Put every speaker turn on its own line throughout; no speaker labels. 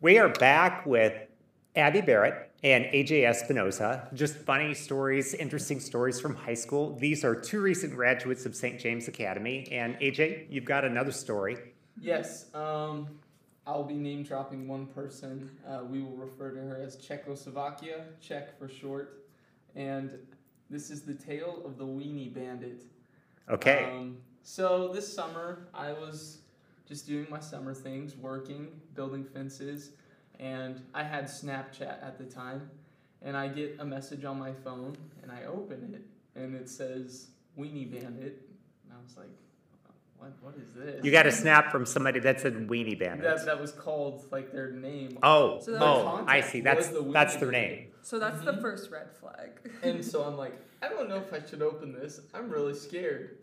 We are back with Abby Barrett and AJ Espinosa. Just funny stories, interesting stories from high school. These are two recent graduates of St. James Academy. And AJ, you've got another story.
Yes, um, I'll be name dropping one person. Uh, we will refer to her as Czechoslovakia, Czech for short. And this is the tale of the Weenie Bandit.
Okay.
Um, so this summer, I was just doing my summer things, working, building fences, and I had Snapchat at the time. And I get a message on my phone, and I open it, and it says Weenie Bandit. And I was like, what, what is this?
you got a snap from somebody that said Weenie Bandit.
that, that was called like their name.
oh,
So that
oh,
contact
I see.
was
That's
the
that's
Weenie
their
Bandit.
name.
So that's
Mhm.
the first red flag.
And so I'm like, I don't know if I should open this. I'm really scared.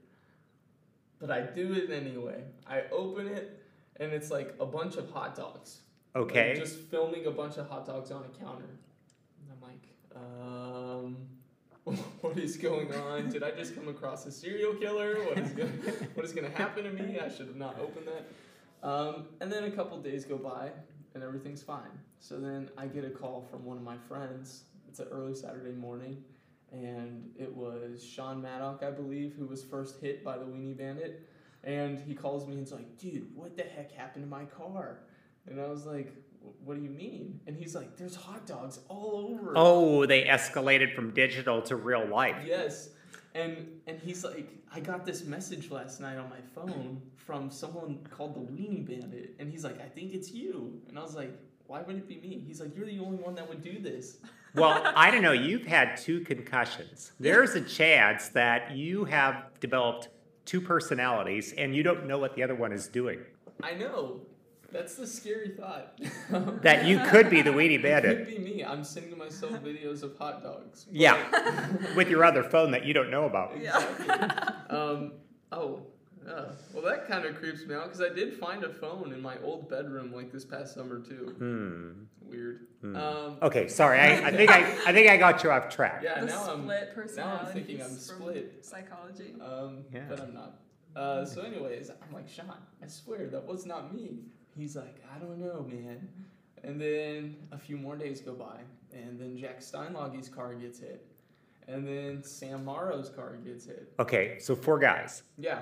But I do it anyway. I open it, and it's like a bunch of hot dogs. Like,
Okay.
just filming a bunch of hot dogs on a counter. And I'm like, um, what is going on? Did I just come across a serial killer? What is going what is going to happen to me? I should have not opened that. Um, and then a couple days go by, and everything's fine. So then I get a call from one of my friends. It's an early Saturday morning, and it was Sean Maddock, I believe, who was first hit by the Weenie Bandit. And he calls me and he's like, dude, what the heck happened to my car? And I was like, "Wh- what do you mean? And he's like, there's hot dogs all over.
Oh, they escalated from digital to real life.
Yes. And and he's like, I got this message last night on my phone from someone called the Weenie Bandit. And he's like, I think it's you. And I was like, why would it be me? He's like, you're the only one that would do this.
Well, I don't know. You've had two concussions. There's a chance that you have developed two personalities and you don't know what the other one is doing.
I know. That's the scary thought.
That you could be the weenie
it could
bandit.
be me. I'm sending myself videos of hot dogs.
Yeah. With your other phone that you don't know about.
Exactly. um, oh, uh, well, that kind of creeps me out because I did find a phone in my old bedroom like this past summer too.
Hmm.
Weird. Um,
Okay, sorry. I, I think I I think I got you off track.
yeah,
Oh, the
now I'm
split
now
personality.
I'm thinking I'm split.
Psychology.
Um,
Yeah.
but I'm not. Uh, so anyways, I'm like Sean. I swear that was not me. He's like, I don't know, man. And then a few more days go by, and then Jack Steinlage's car gets hit, and then Sam Morrow's car gets hit.
Okay, so four guys.
Yeah,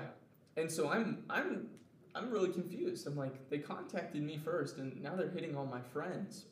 and so I'm I'm I'm really confused. I'm like, they contacted me first, and now they're hitting all my friends.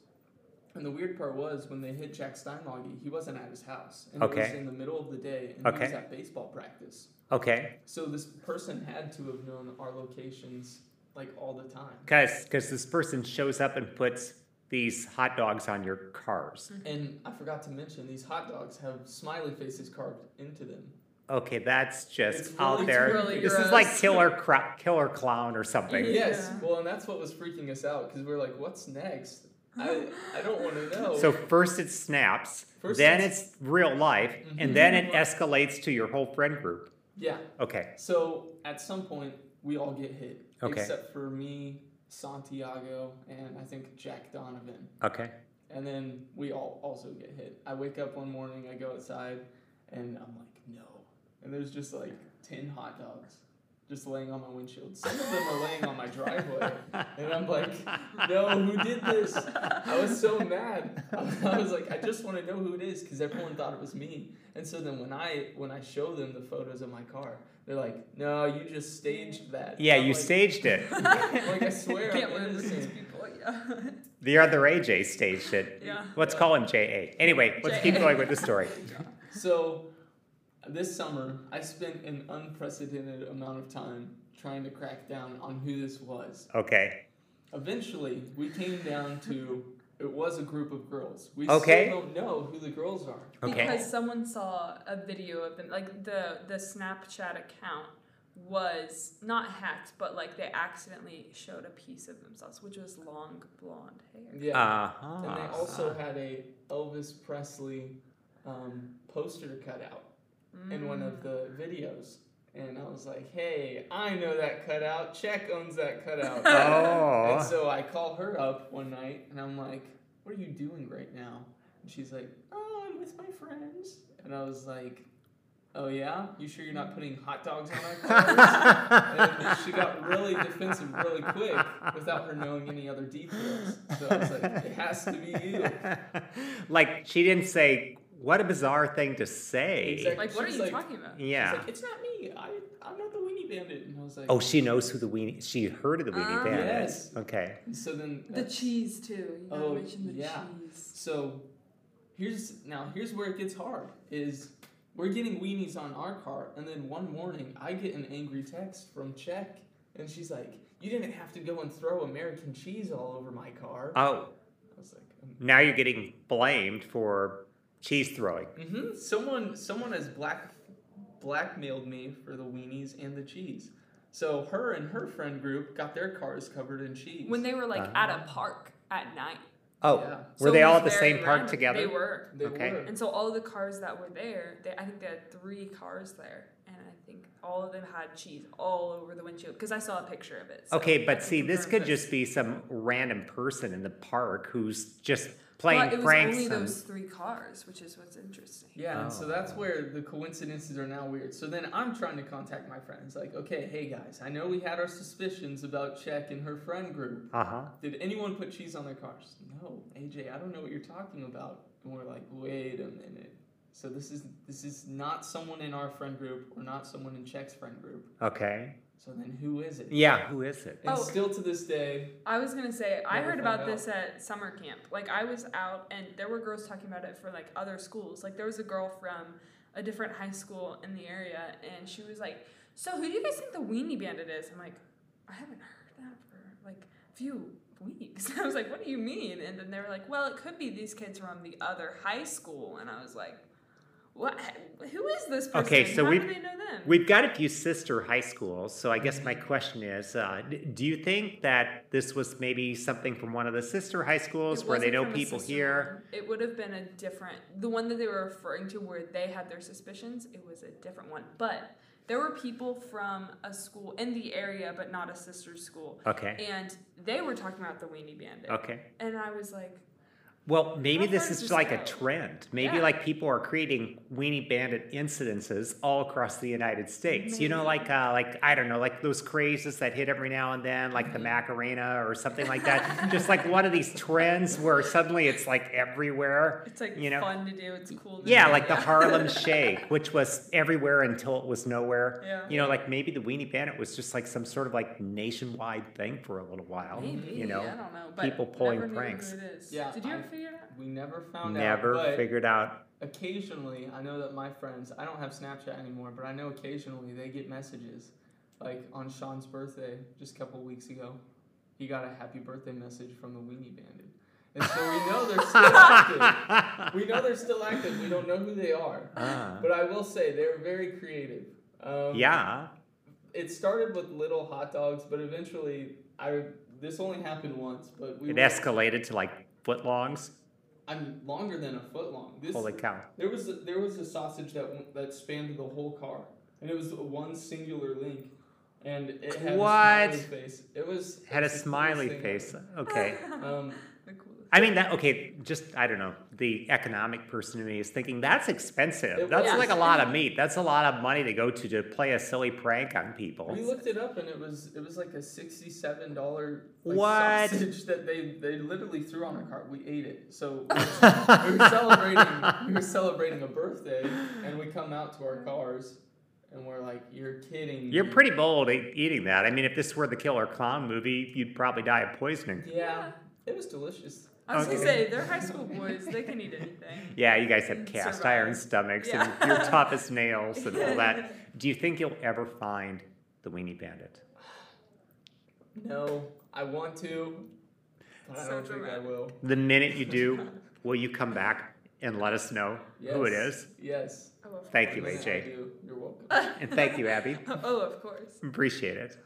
And the weird part was when they hit Jack Steinloggy, he wasn't at his house, and it was
Okay.
in the middle of the day, and he was
Okay.
at baseball practice.
Okay,
So this person had to have known our locations like all the time.
because because this person shows up and puts these hot dogs on your cars.
And I forgot to mention these hot dogs have smiley faces carved into them.
Okay, that's just
It's
out
really-
there.
it's really
this is like
gross.
killer cro- killer clown or something.
Yes,
Yeah.
well, and that's what was freaking us out because we are like, what's next? I I don't want to know.
So first it snaps,
First
then
it's-
it's, real life,
Mhm.
and then it escalates to your whole friend group.
yeah.
Okay.
So at some point, we all get hit.
Okay.
Except for me, Santiago, and I think Jack Donovan.
Okay.
And then we all also get hit. I wake up one morning, I go outside, and I'm like, no. And there's just like 10 hot dogs just laying on my windshield. Some of them are laying on my driveway. And I'm like, no, who did this? I was so mad. I was like, I just want to know who it is because everyone thought it was me. And so then when I when I show them the photos of my car, they're like, no, you just staged that.
Yeah,
I'm
you
like,
staged it.
Like, I swear
Can't
I'm
live with these
innocent.
people. Yeah.
The other AJ staged it.
yeah.
Let's call him JA. Anyway, let's keep
JA.
going with the story.
So, this summer, I spent an unprecedented amount of time trying to crack down on who this was.
Okay.
Eventually, we came down to it was a group of girls. We
Okay.
still don't know who the girls are.
Okay.
Because someone saw a video of them, like the the Snapchat account was not hacked, but like they accidentally showed a piece of themselves, which was long blonde hair.
Yeah.
Uh-huh.
and they also had a Elvis Presley um, poster cutout in one of the
Mm.
videos. And I was like, hey, I know that cutout. Check owns that cutout. And
Oh.
so I call her up one night and I'm like, What are you doing right now? And she's like, Oh, I'm with my friends. And I was like, Oh yeah? You sure you're not putting hot dogs on our clothes? and she got really defensive really quick without her knowing any other details. So I was like, it has to be you.
like she didn't say what a bizarre thing to say.
Exactly.
Like, what are
She's
you
like-
talking about?
Yeah.
She's like, it's not me. I, I'm not the weenie bandit. And I was like,
oh, she knows who the weenie. She heard of the weenie
Ah.
bandit.
Yes.
Okay.
And so then
The
that's-
cheese too. You gotta
Oh,
mention the
yeah.
cheese.
So here's now here's where it gets hard is we're getting weenies on our car and then one morning I get an angry text from Czech and she's like, You didn't have to go and throw American cheese all over my car.
Oh,
I was like, "Um,
now you're getting blamed for cheese throwing.
mm-hmm. Someone someone has black blackmailed me for the weenies and the cheese. So her and her friend group got their cars covered in cheese.
When they were like at a park at night.
Oh,
Yeah.
Uh-huh. were
So
they
it
all
was
at the
very
same park
random.
together?
They were.
they
Okay.
were.
And so all of the cars that were there, they, I think they had three cars there, and I think all of them had cheese all over the windshield because I saw a picture of it. so
Okay,
I
but
can
see, this
confirm
could just be some random person in the park who's just playing
But it was
pranks.
only
on-
those three cars, which is what's interesting.
Yeah, and so
Oh.
that's where the coincidences are now weird. So then I'm trying to contact my friends, like, okay, hey guys, I know we had our suspicions about Check and her friend group.
Uh-huh.
Did anyone put cheese on their cars? No, AJ, I don't know what you're talking about. And we're like, wait a minute. So this is this is not someone in our friend group or not someone in Check's friend group.
Okay.
So then who is it?
Yeah, who is it?
And
Oh.
still to this day,
I was gonna say I
Never
heard
found
about
out.
this at summer camp. Like I was out and there were girls talking about it for like other schools. Like there was a girl from a different high school in the area and she was like, So who do you guys think the weenie bandit is? I'm like, I haven't heard that for like a few weeks. I was like, What do you mean? And then they were like, Well, it could be these kids from the other high school and I was like, What who is this person?
Okay, so
How
we-
do they know them?
We've got a few sister high schools, so I guess my
Mm-hmm.
question is: uh, d- Do you think that this was maybe something from one of the sister high schools
It
where they
wasn't
know
from a
people
sister
here?
one. It would have been a different, the one that they were referring to where they had their suspicions, it was a different one. But there were people from a school in the area, but not a sister school.
Okay.
And they were talking about the Weenie Bandit.
Okay.
And I was like,
Well, maybe
How
this
far does
is
this
like a
go?
trend. Maybe
Yeah.
like people are creating weenie bandit incidences all across the United States. You know, like uh, like I don't know, like those crazes that hit every now and then, like
Mm-hmm.
the Macarena or something like that. Just like one of these trends where suddenly it's like everywhere.
it's like
You know-
fun to do, it's cool to
Yeah,
do.
like the Harlem Shake, which was everywhere until it was nowhere.
Yeah.
You know, like maybe the Weenie Bandit was just like some sort of like nationwide thing for a little while.
Maybe,
you know,
I don't know. But
people pulling
never knew
pranks.
Who it is.
Yeah,
Did you
I-
ever figure it out?
we never found
never
out. but-
figured out.
occasionally I know that my friends I don't have Snapchat anymore, but I know occasionally they get messages. Like on Sean's birthday just a couple weeks ago, he got a happy birthday message from the Weenie Bandit. And so we know they're still active. We know they're still active. We don't know who they are.
Ah.
But I will say they were very creative. Um,
yeah.
It started with little hot dogs, but eventually I this only happened once, but we
It
were-
escalated to like footlongs.
I'm longer than a foot long. This
Holy cow.
There was a, there was a sausage that went, that spanned the whole car, and it was one singular link, and it had
What?
a smiley face. It was
Had a
it's the coolest
smiley
thing
face. Okay.
ever. Um,
the coolest.
I mean that okay, just I don't know. The economic person in me is thinking that's expensive.
It
that's
was.
like a lot of meat. That's a lot of money to go to to play a silly prank on people.
we looked it up, and it was it was like a sixty-seven dollar like,
What?
sausage that they they literally threw on our car. We ate it, so we were celebrating we were celebrating a birthday, and we come out to our cars, and we're like, "You're kidding."
You're
me."
pretty bold e- eating that. I mean, if this were the Killer Clown movie, you'd probably die of poisoning.
yeah,
Yeah.
it was delicious.
I was
Okay.
gonna say they're high school boys; they can eat anything.
Yeah, you guys have
And
cast
survive.
iron stomachs
Yeah.
and your toughest nails and all that. Do you think you'll ever find the Weenie Bandit?
No, I want to, but I
So
don't think I
dramatic.
will.
The minute you do, will you come back and let us know who it
Yes,
is?
Yes.
Oh, of
Thank you,
course.
Yes,
AJ.
I do. You're welcome.
And thank you, Abby.
oh, of course.
Appreciate it.